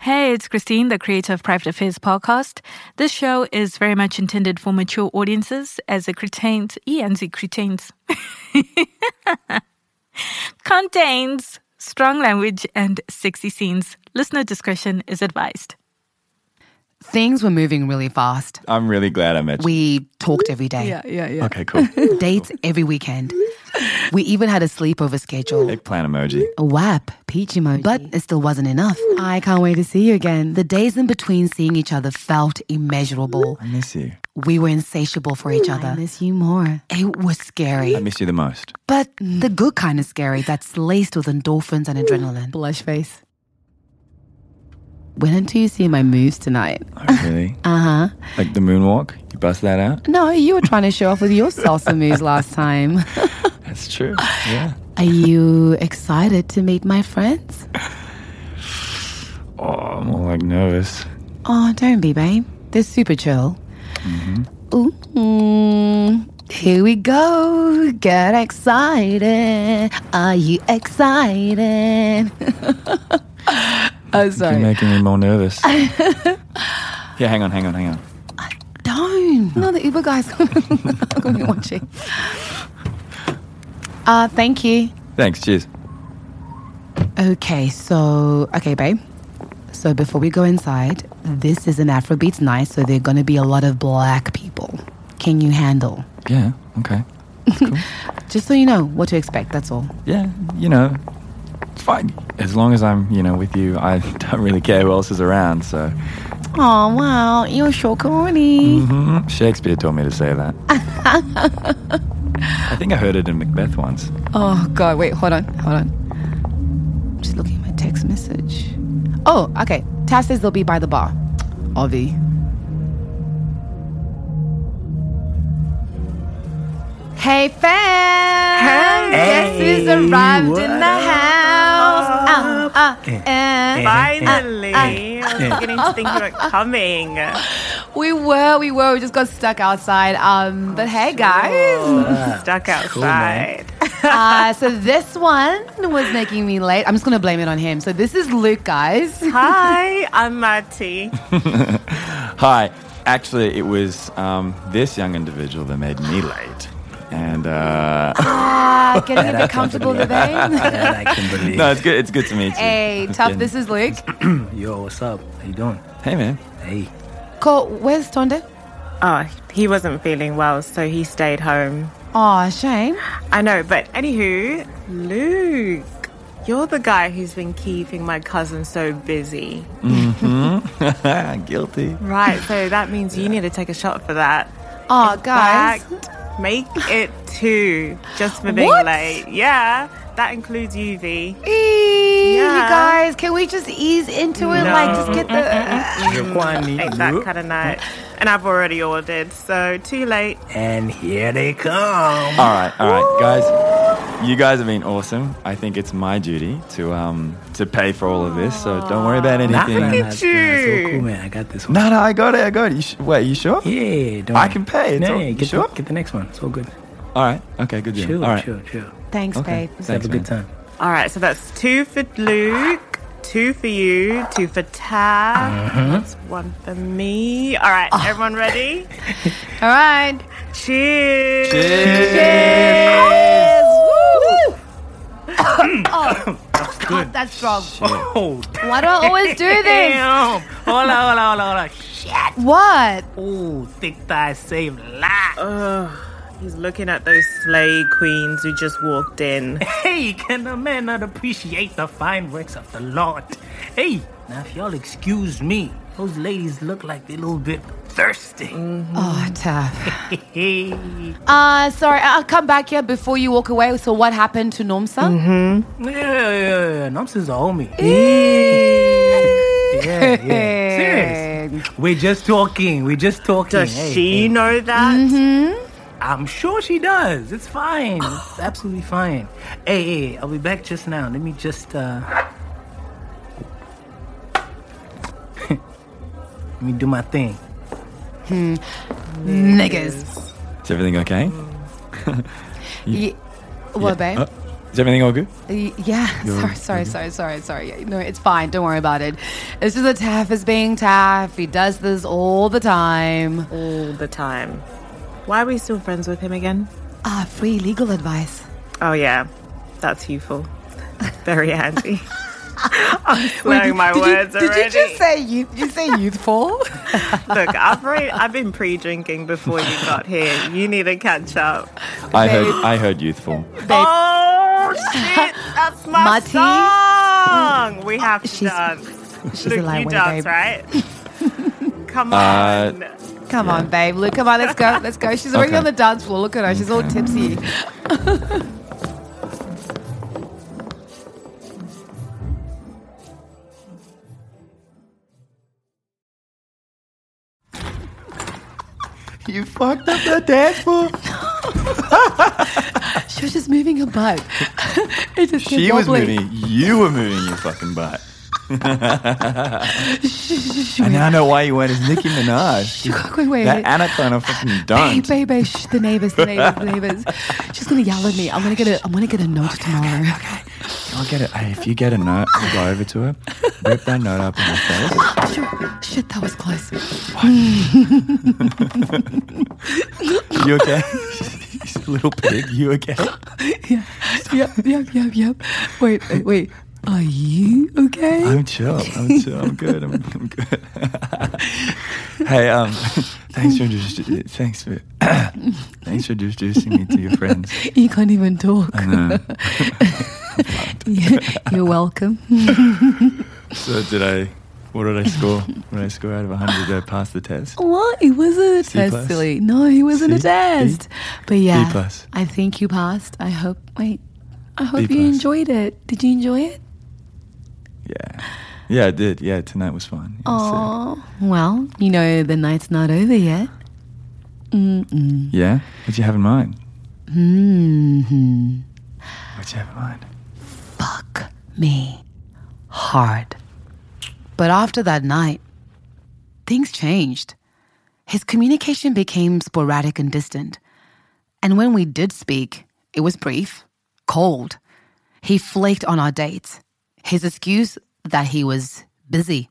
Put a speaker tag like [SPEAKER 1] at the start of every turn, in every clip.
[SPEAKER 1] Hey, it's Christine, the creator of Private Affairs Podcast. This show is very much intended for mature audiences as it contains, e, and it contains, contains strong language and sexy scenes. Listener discretion is advised.
[SPEAKER 2] Things were moving really fast.
[SPEAKER 3] I'm really glad I met you.
[SPEAKER 2] We talked every day,
[SPEAKER 1] yeah, yeah.
[SPEAKER 3] okay, cool.
[SPEAKER 2] dates every weekend. We even had a sleepover schedule.
[SPEAKER 3] Eggplant emoji.
[SPEAKER 2] A WAP, peach emoji. But it still wasn't enough. I can't wait to see you again. The days in between seeing each other felt immeasurable.
[SPEAKER 3] I miss you.
[SPEAKER 2] We were insatiable for each other. I miss you more. It was
[SPEAKER 3] I
[SPEAKER 2] scary,
[SPEAKER 3] miss you the most.
[SPEAKER 2] but the good kind of scary that's laced with endorphins and adrenaline. Blush face. Wait until you see my moves tonight.
[SPEAKER 3] Oh, really?
[SPEAKER 2] Uh huh.
[SPEAKER 3] like the moonwalk? You bust that out?
[SPEAKER 2] No, you were trying to show off with your salsa moves last time.
[SPEAKER 3] That's true. Yeah.
[SPEAKER 2] Are you excited to meet my friends?
[SPEAKER 3] Oh, I'm all like nervous.
[SPEAKER 2] Oh, don't be, babe. They're super chill. Ooh, mm, here we go. Get excited. Are you excited? oh,
[SPEAKER 3] You're
[SPEAKER 2] sorry.
[SPEAKER 3] making me more nervous. yeah, hang on, hang on, hang on.
[SPEAKER 2] Don't. No, the Uber guy's going to be watching. Uh, thank you.
[SPEAKER 3] Thanks, cheers.
[SPEAKER 2] Okay, so okay, babe. So before we go inside, this is an Afrobeats night, so there are gonna be a lot of black people. Can you handle?
[SPEAKER 3] Yeah, okay.
[SPEAKER 2] Just so you know what to expect, that's all.
[SPEAKER 3] Yeah, you know, it's fine. As long as I'm, you know, with you, I don't really care who else is around, so.
[SPEAKER 2] Oh wow, you're sure corny.
[SPEAKER 3] Mhm, Shakespeare told me to say that. I think I heard it in Macbeth once.
[SPEAKER 2] Oh god, wait, hold on, hold on. I'm just looking at my text message. Oh, okay. Taz says they'll be by the bar. Obvi. Hey fam! Guess who's arrived in the house? Uh, uh, eh.
[SPEAKER 4] Finally, I was beginning to think you were coming.
[SPEAKER 2] We were, we were, we just got stuck outside. Um, but hey guys.
[SPEAKER 4] Stuck outside.
[SPEAKER 2] Uh, so this one was making me late. I'm just gonna blame it on him. So this is Luke, guys.
[SPEAKER 4] Hi, I'm Marty.
[SPEAKER 3] Hi. Actually, it was um, this young individual that made me late. And, uh,
[SPEAKER 2] Ah, getting a bit comfortable with him.
[SPEAKER 5] that I can believe.
[SPEAKER 3] no, it's good. It's good to meet you.
[SPEAKER 2] Hey, tough. This is Luke.
[SPEAKER 5] Yo, what's up? How you doing?
[SPEAKER 3] Hey, man.
[SPEAKER 5] Hey.
[SPEAKER 2] Cool. Where's Tonde?
[SPEAKER 4] Oh, he wasn't feeling well, so he stayed home.
[SPEAKER 2] Oh, shame.
[SPEAKER 4] I know, but anywho, Luke, you're the guy who's been keeping my cousin so busy.
[SPEAKER 3] Guilty.
[SPEAKER 4] Right, so that means you need to take a shot for that.
[SPEAKER 2] Oh, guys.
[SPEAKER 4] Fact, make it two just for being
[SPEAKER 2] What?
[SPEAKER 4] late. Yeah, that includes you, V.
[SPEAKER 2] Eee, You
[SPEAKER 4] Yeah.
[SPEAKER 2] guys, can we just ease into it? Like, just get the.
[SPEAKER 4] Ain't that kind of night. And I've already ordered, so too late.
[SPEAKER 5] And here they come.
[SPEAKER 3] All right, all right, guys. You guys have been awesome. I think it's my duty to um to pay for all of this. So don't worry about anything.
[SPEAKER 5] Nah, nah, nah,
[SPEAKER 3] No,
[SPEAKER 5] it's
[SPEAKER 4] you.
[SPEAKER 5] so cool, man. I got this one.
[SPEAKER 3] no, I got it. I got it. You sh- wait, you sure?
[SPEAKER 5] Yeah, don't
[SPEAKER 3] I can pay, it's
[SPEAKER 5] Nah,
[SPEAKER 3] all-
[SPEAKER 5] yeah,
[SPEAKER 3] you
[SPEAKER 5] get, the-
[SPEAKER 3] sure?
[SPEAKER 5] get the next one. It's all good.
[SPEAKER 3] All right. Okay. Good deal.
[SPEAKER 5] Chill,
[SPEAKER 3] all right.
[SPEAKER 5] chill, chill.
[SPEAKER 2] Thanks,
[SPEAKER 3] Okay.
[SPEAKER 2] babe.
[SPEAKER 5] Just have
[SPEAKER 3] Thanks,
[SPEAKER 5] a
[SPEAKER 3] man.
[SPEAKER 5] good time.
[SPEAKER 4] All right, so that's two for Luke, two for you, two for Tab. That's one for me. All right, everyone ready?
[SPEAKER 2] uh, All right.
[SPEAKER 4] Cheers.
[SPEAKER 2] Cheers. Woo. oh, God, that's strong.
[SPEAKER 5] Oh,
[SPEAKER 2] Why do I always do this?
[SPEAKER 5] damn. hola, hola, hola, hola.
[SPEAKER 2] What?
[SPEAKER 5] Oh, thick thighs save lives.
[SPEAKER 4] He's looking at those slay queens who just walked in.
[SPEAKER 5] Hey, can a man not appreciate the fine works of the Lord? Hey, now if y'all excuse me, those ladies look like they're a little bit thirsty.
[SPEAKER 2] Oh, Taff.
[SPEAKER 5] Hey,
[SPEAKER 2] Uh, sorry, I- I'll come back here before you walk away. So, what happened to Nomsa?
[SPEAKER 5] yeah, yeah, yeah. Noms is a homie. Yeah, yeah. Serious. We're just talking. We're just talking.
[SPEAKER 4] Does
[SPEAKER 5] Hey,
[SPEAKER 4] she
[SPEAKER 5] hey.
[SPEAKER 4] know that?
[SPEAKER 5] I'm sure she does. It's fine. It's absolutely fine. Hey, hey, I'll be back just now. Let me just uh Let me do my thing.
[SPEAKER 2] Niggas.
[SPEAKER 3] Is everything okay?
[SPEAKER 2] Ye- What, babe?
[SPEAKER 3] Uh, is everything all good?
[SPEAKER 2] Y- Yeah, sorry, sorry, sorry, sorry, sorry. Yeah, No, it's fine. Don't worry about it. It's just that Taff is being Taff. He does this all the time.
[SPEAKER 4] All the time. Why are we still friends with him again?
[SPEAKER 2] Ah, free legal advice.
[SPEAKER 4] Oh yeah, that's useful. Very handy. I'm slurring my
[SPEAKER 2] did
[SPEAKER 4] words
[SPEAKER 2] you,
[SPEAKER 4] already.
[SPEAKER 2] Did you just say youth? Did you say youthful?
[SPEAKER 4] Look, I've, re- I've been pre-drinking before you got here. You need to catch up.
[SPEAKER 3] I heard I heard youthful.
[SPEAKER 4] Oh shit, that's my
[SPEAKER 2] Mati?
[SPEAKER 4] song. We have to
[SPEAKER 2] She's-
[SPEAKER 4] dance.
[SPEAKER 2] she's
[SPEAKER 4] Look,
[SPEAKER 2] a lightweight,
[SPEAKER 4] you dance,
[SPEAKER 2] babe.
[SPEAKER 4] right? Come
[SPEAKER 3] Uh,
[SPEAKER 4] on.
[SPEAKER 2] Come on, babe. Look, come on, let's go. Let's go. She's already
[SPEAKER 3] Okay.
[SPEAKER 2] on the dance floor. Look at her. She's all tipsy.
[SPEAKER 3] You fucked up the dance floor.
[SPEAKER 2] She was just moving her butt. it just
[SPEAKER 3] She was moving. You were moving your fucking butt. I now know why you went as Nicki Minaj.
[SPEAKER 2] Wait, wait,
[SPEAKER 3] That
[SPEAKER 2] wait.
[SPEAKER 3] anaconda fucking
[SPEAKER 2] Hey,
[SPEAKER 3] don't.
[SPEAKER 2] babe, babe, shh, the neighbors, the neighbors, the neighbors. She's gonna yell at me. I'm gonna get a, I'm gonna get a note tomorrow.
[SPEAKER 3] I'll get it. Hey, if you get a note, I'll go over to her, rip that note up in her face.
[SPEAKER 2] Sure. Shit, that was close.
[SPEAKER 3] You okay? Little pig, you okay?
[SPEAKER 2] Yeah, yep, yep, yep, yep. Wait, wait, wait. Are you okay?
[SPEAKER 3] I'm chill. I'm chill. I'm good. I'm, I'm good. hey, um, thanks for introducing. Thanks for thanks for introducing me to your friends.
[SPEAKER 2] you can't even talk.
[SPEAKER 3] know.
[SPEAKER 2] Yeah, You're welcome.
[SPEAKER 3] So did I? What did I score? What did I score out of 100? Did I pass the test?
[SPEAKER 2] What? It wasn't a
[SPEAKER 3] C
[SPEAKER 2] test,
[SPEAKER 3] plus.
[SPEAKER 2] silly. No, it wasn't a
[SPEAKER 3] C, B,
[SPEAKER 2] test. But yeah,
[SPEAKER 3] plus.
[SPEAKER 2] I think you passed. I hope. Wait, I hope
[SPEAKER 3] B
[SPEAKER 2] you
[SPEAKER 3] plus.
[SPEAKER 2] enjoyed it. Did you enjoy it?
[SPEAKER 3] Yeah. Yeah, I did. Yeah, tonight was fun. Yeah, so-
[SPEAKER 2] Oh, well, you know the night's not over yet.
[SPEAKER 3] yeah? What'd you have in mind? Mm-hmm. What'd you have in mind?
[SPEAKER 2] Fuck me hard. But after that night, things changed. His communication became sporadic and distant. And when we did speak, it was brief, cold. He flaked on our dates. His excuse that he was busy.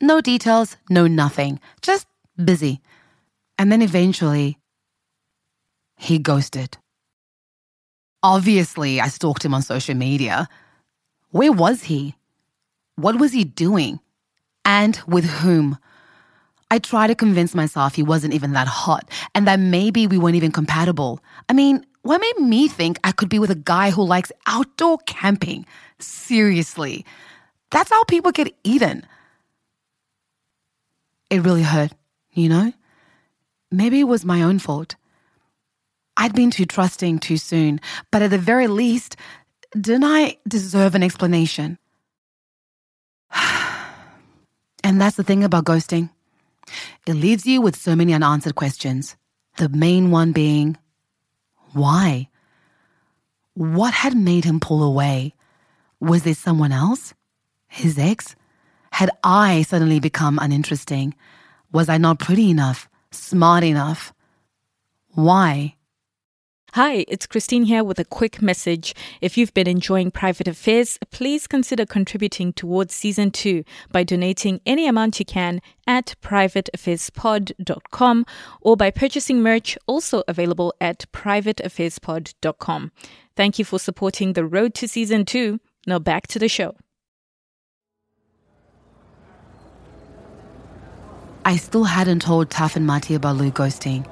[SPEAKER 2] No details, no nothing, just busy. And then eventually, he ghosted. Obviously, I stalked him on social media. Where was he? What was he doing? And with whom? I tried to convince myself he wasn't even that hot and that maybe we weren't even compatible. I mean, what made me think I could be with a guy who likes outdoor camping? Seriously. That's how people get eaten. It really hurt, you know? Maybe it was my own fault. I'd been too trusting too soon, but at the very least, didn't I deserve an explanation? and that's the thing about ghosting it leaves you with so many unanswered questions. The main one being why? What had made him pull away? Was there someone else? His ex? Had I suddenly become uninteresting? Was I not pretty enough? Smart enough? Why?
[SPEAKER 1] Hi, it's Christine here with a quick message. If you've been enjoying Private Affairs, please consider contributing towards season two by donating any amount you can at privateaffairspod.com or by purchasing merch also available at privateaffairspod.com. Thank you for supporting the road to season two. Now back to the show.
[SPEAKER 2] I still hadn't told Taff and Mati about Lou ghosting.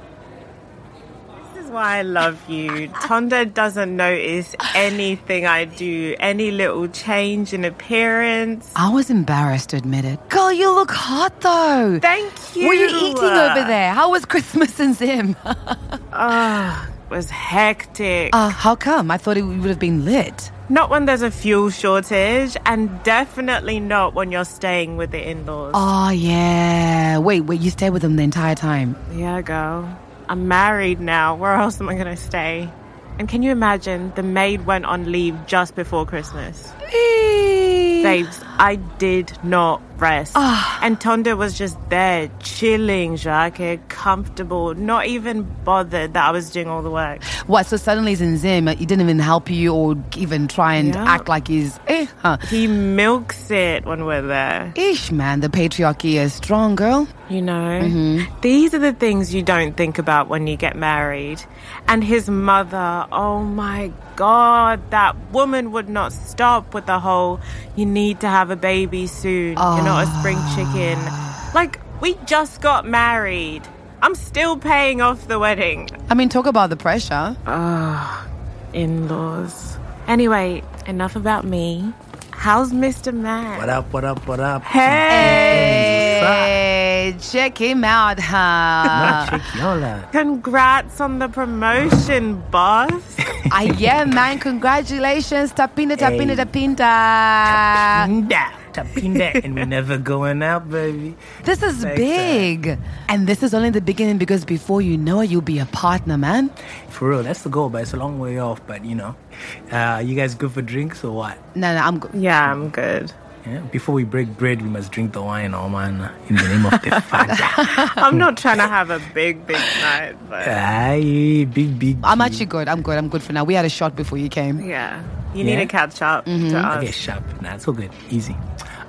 [SPEAKER 4] This is why I love you. Tonda doesn't notice anything I do, any little change in appearance.
[SPEAKER 2] I was embarrassed to admit it. Girl, you look hot though.
[SPEAKER 4] Thank you.
[SPEAKER 2] What are you eating over there? How was Christmas in Zim?
[SPEAKER 4] It was hectic.
[SPEAKER 2] Uh, how come? I thought it would have been lit.
[SPEAKER 4] Not when there's a fuel shortage, and definitely not when you're staying with the in laws.
[SPEAKER 2] Oh, yeah. Wait, wait, you stayed with them the entire time.
[SPEAKER 4] Yeah, girl. I'm married now. Where else am I going to stay? And can you imagine the maid went on leave just before Christmas? Babes, I did not rest. and Tonda was just there, chilling, Jacques, comfortable, not even bothered that I was doing all the work.
[SPEAKER 2] What, so suddenly he's in Zim, uh, he didn't even help you or even try and
[SPEAKER 4] Yeah.
[SPEAKER 2] act like he's. Eh, huh.
[SPEAKER 4] He milks it when we're there.
[SPEAKER 2] Ish, man, the patriarchy is strong, girl.
[SPEAKER 4] You know, these are the things you don't think about when you get married. And his mother, oh my God, that woman would not stop with the whole, you need to have a baby soon. You're not a spring chicken. Like, we just got married. I'm still paying off the wedding.
[SPEAKER 2] I mean, talk about the pressure.
[SPEAKER 4] Uh. In laws. Anyway, enough about me. How's Mr. Man?
[SPEAKER 5] What up, what up, what up? Hey.
[SPEAKER 2] Hey, Eh, check him out, huh?
[SPEAKER 5] Check y'all out.
[SPEAKER 4] Congrats on the promotion, boss.
[SPEAKER 2] ah, yeah, man, congratulations. Tapinda, tapinda,
[SPEAKER 5] Hey.
[SPEAKER 2] tapinda.
[SPEAKER 5] Pinda, tapinda, and we're never going out, baby.
[SPEAKER 2] This is
[SPEAKER 5] Thanks,
[SPEAKER 2] big. And this is only the beginning because before you know it, you'll be a partner, man.
[SPEAKER 5] For real, that's the goal, but it's a long way off. But you know, uh, you guys good for drinks or what?
[SPEAKER 2] No, no, I'm good.
[SPEAKER 4] Yeah, I'm good.
[SPEAKER 5] Yeah? Before we break bread, we must drink the wine, oh man, in the name of the Father.
[SPEAKER 4] I'm not trying to have a big, big night, but
[SPEAKER 5] Aye, big, big.
[SPEAKER 2] I'm
[SPEAKER 5] G.
[SPEAKER 2] actually good. I'm good. I'm good for now. We had a shot before you came.
[SPEAKER 4] yeah, you
[SPEAKER 5] Yeah? Mm-hmm.
[SPEAKER 4] need to catch up to us.
[SPEAKER 5] Okay, sharp. Nah, it's all good. Easy.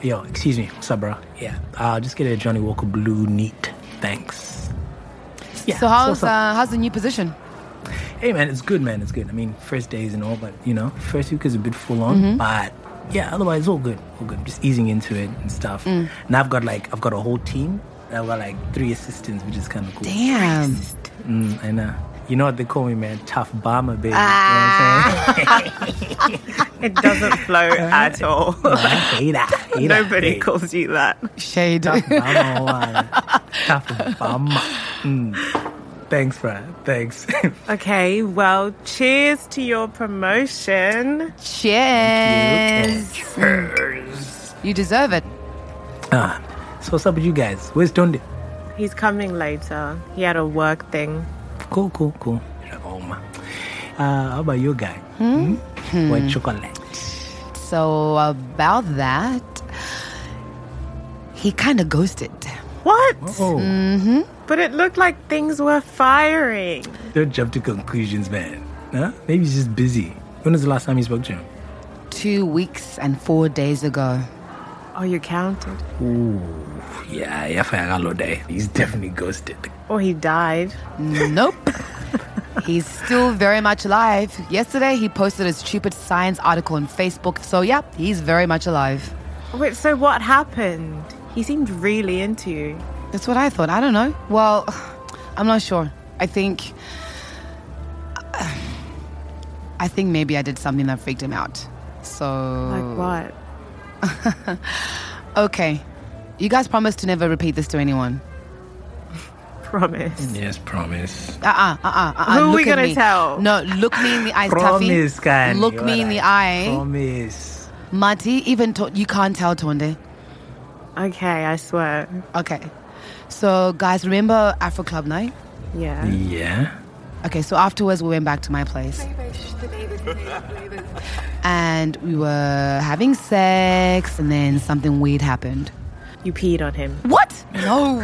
[SPEAKER 5] Yo, excuse me. What's up, bro? Yeah, uh, just get a Johnny Walker Blue Neat. Thanks. Yeah.
[SPEAKER 2] so how's
[SPEAKER 5] so-
[SPEAKER 2] uh, how's the new position?
[SPEAKER 5] Hey, man, it's good, man. It's good. I mean, first days and all, but you know, first week is a bit full on, but yeah, otherwise, all good. All good. Just easing into it and stuff. And I've got like, I've got a whole team. And I've got like three assistants, which is kind of cool.
[SPEAKER 2] Damn.
[SPEAKER 5] Mm, I know. You know what they call me, man? Tough bomber, baby.
[SPEAKER 4] It doesn't flow at all.
[SPEAKER 5] You know what I'm saying? Nah, hater, hater,
[SPEAKER 4] Nobody
[SPEAKER 5] hey.
[SPEAKER 4] calls you that.
[SPEAKER 2] Shade.
[SPEAKER 5] Bummer one. Tough bummer. Mm. Thanks, Brad. Thanks.
[SPEAKER 4] Okay, well, cheers to your promotion.
[SPEAKER 2] Cheers. You deserve it.
[SPEAKER 5] ah, so what's up with you guys? Where's Tonde?
[SPEAKER 4] He's coming later. He had a work thing.
[SPEAKER 5] Cool, cool, cool. Oh, man. Uh, how about your guy? Hmm? White chocolate.
[SPEAKER 2] So about that, he kind of ghosted.
[SPEAKER 4] What?
[SPEAKER 5] Oh,
[SPEAKER 4] But it looked like things were firing.
[SPEAKER 5] don't jump to conclusions, man. Huh? Maybe he's just busy. When was the last time you spoke to him?
[SPEAKER 2] Two weeks and four days ago.
[SPEAKER 4] Oh, you counted?
[SPEAKER 5] Yeah, yeah, Fagalo day. He's definitely ghosted.
[SPEAKER 4] Or he died.
[SPEAKER 2] Nope. He's still very much alive. Yesterday, he posted a stupid science article on Facebook. So, yeah, he's very much alive.
[SPEAKER 4] Wait, so what happened? He seemed really into you.
[SPEAKER 2] That's what I thought. I don't know. Well, I'm not sure. I think. I think maybe I did something that freaked him out. So.
[SPEAKER 5] Oh.
[SPEAKER 4] Like what?
[SPEAKER 2] Okay. You guys promised to never repeat this to anyone.
[SPEAKER 4] Promise.
[SPEAKER 5] Yes, promise.
[SPEAKER 2] Uh uh uh uh. uh
[SPEAKER 4] Who are
[SPEAKER 2] look
[SPEAKER 4] we
[SPEAKER 2] at
[SPEAKER 4] gonna
[SPEAKER 2] me.
[SPEAKER 4] tell?
[SPEAKER 2] No, look me in the eyes,
[SPEAKER 5] Promise,
[SPEAKER 2] Taffy.
[SPEAKER 5] guy.
[SPEAKER 2] Look me in the eye.
[SPEAKER 5] Promise.
[SPEAKER 2] Mati, even to- you can't tell Tonde.
[SPEAKER 5] Mm.
[SPEAKER 4] Okay, I swear.
[SPEAKER 2] Okay. So, guys, remember Afro Club night?
[SPEAKER 4] Yeah.
[SPEAKER 5] Yeah.
[SPEAKER 2] Okay, so afterwards we went back to my place. and we were having sex, and then something weird happened.
[SPEAKER 4] You peed on him.
[SPEAKER 2] What? No.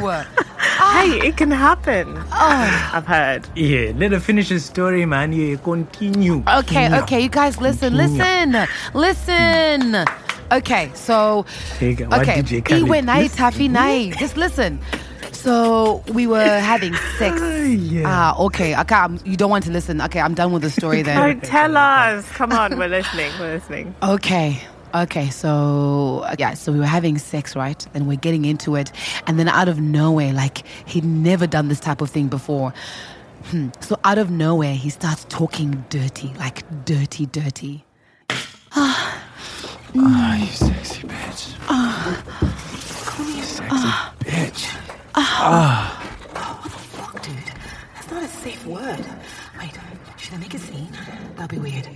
[SPEAKER 4] Hey, it can happen. I've heard.
[SPEAKER 5] Yeah, let her finish the story, man. Yeah, continue.
[SPEAKER 2] Okay, okay, you guys, listen, listen, listen. Okay, so
[SPEAKER 5] Hey, guy, why
[SPEAKER 2] okay,
[SPEAKER 5] DJ Khaled?
[SPEAKER 2] Iwe night,
[SPEAKER 5] Listen.
[SPEAKER 2] Taffy night. Just listen. So we were having sex.
[SPEAKER 5] Yeah.
[SPEAKER 2] Ah, okay. Okay, I'm, you don't want to listen. Okay, I'm done with the story then.
[SPEAKER 4] Don't tell us. Come on, we're listening. We're listening.
[SPEAKER 2] Okay. Okay, so yeah, so we were having sex, right? And we're getting into it. And then out of nowhere, like he'd never done this type of thing before. Hmm. So out of nowhere, he starts talking dirty, like dirty, dirty.
[SPEAKER 3] Ah, you sexy bitch. Ah. You sexy bitch.
[SPEAKER 6] Fuck, dude. That's not a safe word. Wait, should I make a scene? That'd be weird.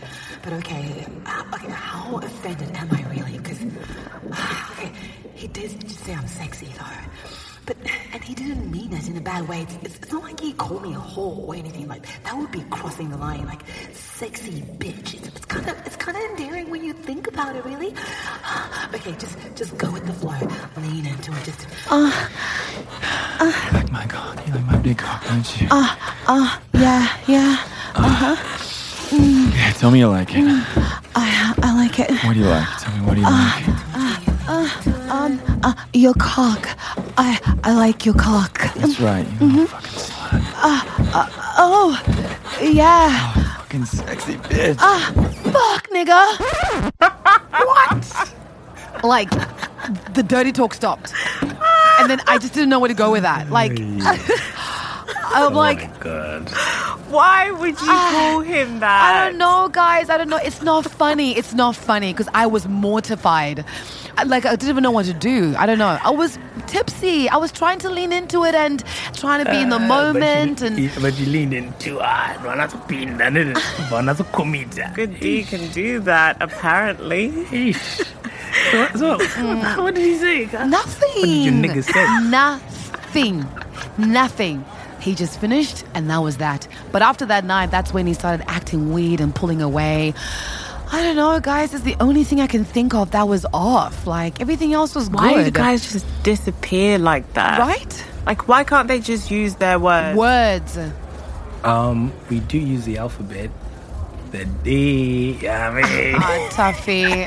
[SPEAKER 6] But okay, uh, okay. How offended am I really? Because okay, he did say I'm sexy though. But and he didn't mean it in a bad way. It's, it's, it's not like he called me a whore or anything like that. Would be crossing the line, like sexy bitch. It's, it's kind of it's kind of endearing when you think about it, really. Ah, Okay, just just go with the flow. Lean into it. Just
[SPEAKER 3] You like my cock. You like my big cock, don't you?
[SPEAKER 2] Yeah, yeah.
[SPEAKER 3] yeah, tell me you like it.
[SPEAKER 2] I I like it.
[SPEAKER 3] What do you like? Tell me what do you like?
[SPEAKER 2] Uh, your cock. I I like your cock.
[SPEAKER 3] That's right. You little fucking slut.
[SPEAKER 2] Oh, yeah.
[SPEAKER 3] Fucking sexy bitch.
[SPEAKER 2] Fuck, nigga. what? Like, the dirty talk stopped, and then I just didn't know where to go with that. Like, I'm like,
[SPEAKER 5] God.
[SPEAKER 4] Why would you call him that?
[SPEAKER 2] I don't know, guys. I don't know. It's not funny. It's not funny because I was mortified. I- Like I didn't even know what to do. I don't know. I was tipsy. I was trying to lean into it and trying to be in the moment.
[SPEAKER 5] Uh, but
[SPEAKER 2] And
[SPEAKER 5] you, but you leaned ah, in too hard. Wanazo pinda, nene. Wanazo kumita.
[SPEAKER 4] Good D can do that, apparently.
[SPEAKER 5] Eesh. So, what- so what- what did he say?
[SPEAKER 2] nothing.
[SPEAKER 5] What did your nigga say?
[SPEAKER 2] Nothing. Nothing. He just finished, and that was that. But after that night, that's when he started acting weird and pulling away. I don't know, guys. It's the only thing I can think of that was off. Like everything else was
[SPEAKER 4] Why do
[SPEAKER 2] good.
[SPEAKER 4] the guys just disappear like that?
[SPEAKER 2] right?
[SPEAKER 4] Like, why can't they just use their words?
[SPEAKER 2] Words.
[SPEAKER 5] Um, we do use the alphabet. The D, yeah, I mean,
[SPEAKER 2] Oh, Tuffy.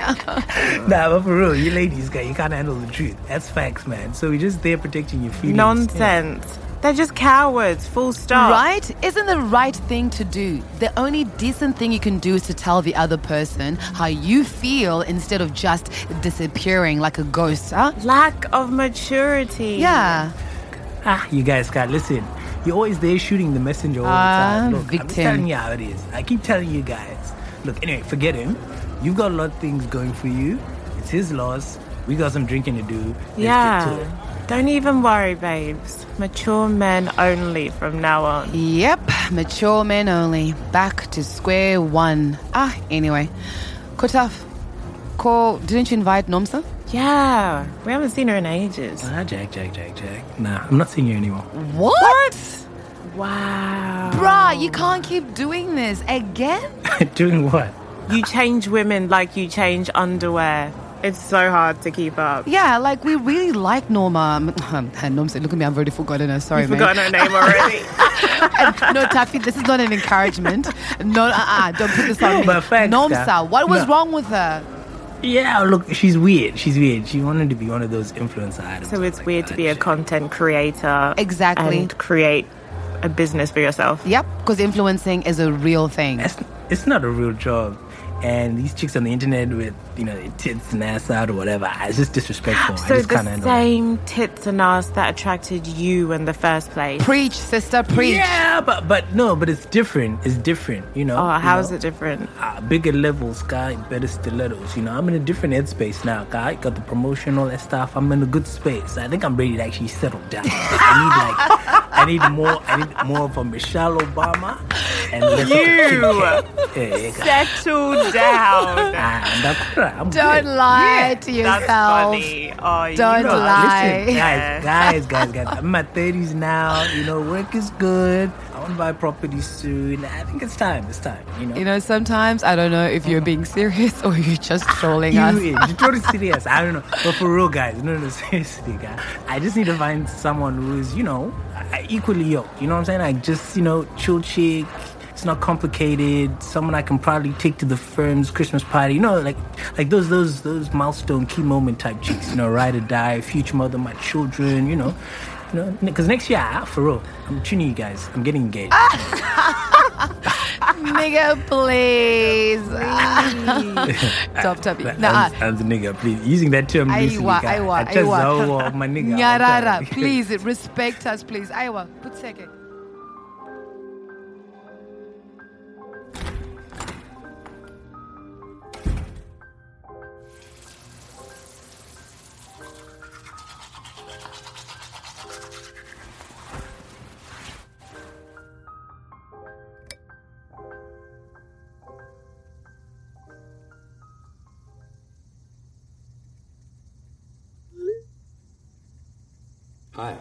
[SPEAKER 5] nah, but for real, you ladies, guy, you can't handle the truth. That's facts, man. So we're just there protecting your feelings.
[SPEAKER 4] Nonsense. They're just cowards, full stop.
[SPEAKER 2] Right? Isn't the right thing to do? The only decent thing you can do is to tell the other person how you feel instead of just disappearing like a ghost, huh?
[SPEAKER 4] Lack of maturity.
[SPEAKER 2] Yeah.
[SPEAKER 5] Ah, you guys can't listen. You're always there shooting the messenger all the
[SPEAKER 2] Ah,
[SPEAKER 5] time. Look, I'm just
[SPEAKER 2] victim.
[SPEAKER 5] telling you how it is. I keep telling you guys. Look, anyway, forget him. You've got a lot of things going for you. It's his loss. We got some drinking to do. Let's
[SPEAKER 4] Yeah.
[SPEAKER 5] get to it.
[SPEAKER 4] Don't even worry, babes. Mature men only from now on.
[SPEAKER 2] Yep, mature men only. Back to square one. Ah, anyway. Kotaf, Ko, didn't you invite Nomsa?
[SPEAKER 4] Yeah. We haven't seen her in ages.
[SPEAKER 5] Ah, Jack, Jack, Jack, Jack. Nah, I'm not seeing you anymore.
[SPEAKER 2] What?
[SPEAKER 4] Wow.
[SPEAKER 2] Bruh, you can't keep doing this again?
[SPEAKER 5] Doing what?
[SPEAKER 4] You change women like you change underwear. It's so hard to keep up.
[SPEAKER 2] Yeah, like we really like Norma. Nomsa, look at me, I've already forgotten her. Sorry,
[SPEAKER 4] You've
[SPEAKER 2] man.
[SPEAKER 4] forgotten her name already.
[SPEAKER 2] And no, Taffy, this is not an encouragement. No, uh uh-uh, don't put this on
[SPEAKER 5] No,
[SPEAKER 2] me.
[SPEAKER 5] but thanks,
[SPEAKER 2] Nomsa,
[SPEAKER 5] Taff.
[SPEAKER 2] what was
[SPEAKER 5] No.
[SPEAKER 2] wrong with her?
[SPEAKER 5] Yeah, look, she's weird. She's weird. She wanted to be one of those influencer items.
[SPEAKER 4] so it's
[SPEAKER 5] Like,
[SPEAKER 4] weird to
[SPEAKER 5] ah,
[SPEAKER 4] be a
[SPEAKER 5] shit.
[SPEAKER 4] content creator.
[SPEAKER 2] Exactly.
[SPEAKER 4] And create a business for yourself.
[SPEAKER 2] Yep, because influencing is a real thing.
[SPEAKER 5] That's, it's not a real job. And these chicks on the internet with, you know, their tits and ass out or whatever, ah, it's just disrespectful. I
[SPEAKER 4] So
[SPEAKER 5] just can't
[SPEAKER 4] the
[SPEAKER 5] handle it.
[SPEAKER 4] same tits and ass that attracted you in the first place.
[SPEAKER 2] Preach, sister, preach.
[SPEAKER 5] Yeah, but but no, but it's different. It's different, you know.
[SPEAKER 4] Oh, how is
[SPEAKER 5] you
[SPEAKER 4] it different?
[SPEAKER 5] know? Uh, bigger levels, guy, better stilettos. You know, I'm in a different headspace now, guy. Got the promotion, all that stuff. I'm in a good space. I think I'm ready to actually settle down. I need like, I need more. I need more of a Michelle Obama. And less of a yeah, yeah, guy.
[SPEAKER 4] Settle down.
[SPEAKER 5] Ah, and I'm, good. I'm
[SPEAKER 2] Don't
[SPEAKER 5] good.
[SPEAKER 2] lie to yourself.
[SPEAKER 4] That's funny. Oh, you
[SPEAKER 2] Don't
[SPEAKER 4] know.
[SPEAKER 2] lie.
[SPEAKER 5] Listen,
[SPEAKER 4] Yeah.
[SPEAKER 5] guys, guys, guys, guys. I'm in my 30s now. You know, work is good. I want to buy property soon. I think it's time. It's time. You know.
[SPEAKER 2] You know, sometimes I don't know if you're being serious or you're just trolling us.
[SPEAKER 5] You, you're totally serious. I don't know. But for real, guys, no, no, seriously, guys. I just need to find someone who's, you know, I- equally yoked. You know what I'm saying? Like, just, you know, chill chick. It's not complicated. Someone I can probably take to the firm's Christmas party. You know, like, like those, those, those milestone key moment type chicks. You know, ride or die, future mother, my children. You know, you know, because next year, ah, for real, I'm tuning you guys. I'm getting engaged.
[SPEAKER 2] Ah, Nigga, please. top, top.
[SPEAKER 5] That-
[SPEAKER 2] Nah,
[SPEAKER 5] that's- that's a nigga, please. Using that term loosely,
[SPEAKER 2] Aiwa,
[SPEAKER 5] guy.
[SPEAKER 2] aiwa,
[SPEAKER 5] I just
[SPEAKER 2] aiwa.
[SPEAKER 5] know my nigga. I'm
[SPEAKER 2] nyarara,
[SPEAKER 5] sorry.
[SPEAKER 2] please, respect us, please. Iowa, good second.
[SPEAKER 7] Hi.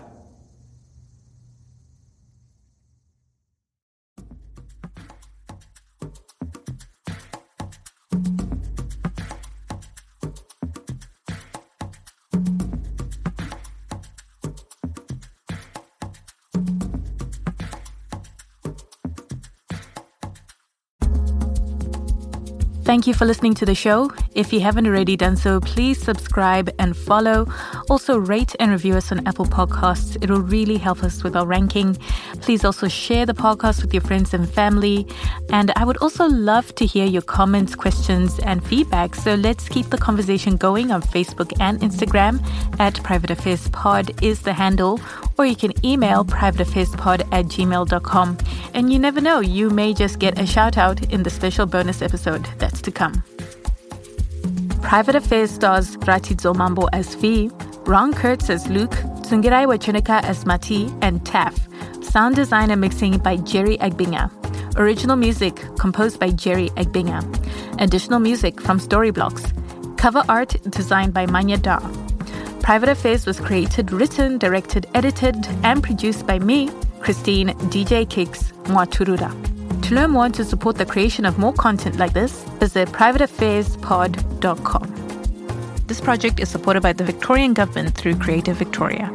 [SPEAKER 1] Thank you for listening to the show. If you haven't already done so, please subscribe and follow. Also, rate and review us on Apple Podcasts. It will really help us with our ranking. Please also share the podcast with your friends and family. And I would also love to hear your comments, questions, and feedback. So let's keep the conversation going on Facebook and Instagram at Private Affairs Pod is the handle, or you can email privateaffairspod at gmail.com. And you never know, you may just get a shout out in the special bonus episode that's to come. Private Affairs stars Ratizo Mambo as V, Ron Kurtz as Luke, Tsungirai Wachunika as Mati, and Taff. Sound design and mixing by Jerry Egbinga. Original music composed by Jerry Egbinga. Additional music from Storyblocks. Cover art designed by Manya Da. Private Affairs was created, written, directed, edited, and produced by me, Christine DJ Kicks Mwaturura. To learn more and to support the creation of more content like this, visit privateaffairspod.com. This project is supported by the Victorian government through Creative Victoria.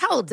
[SPEAKER 8] Hold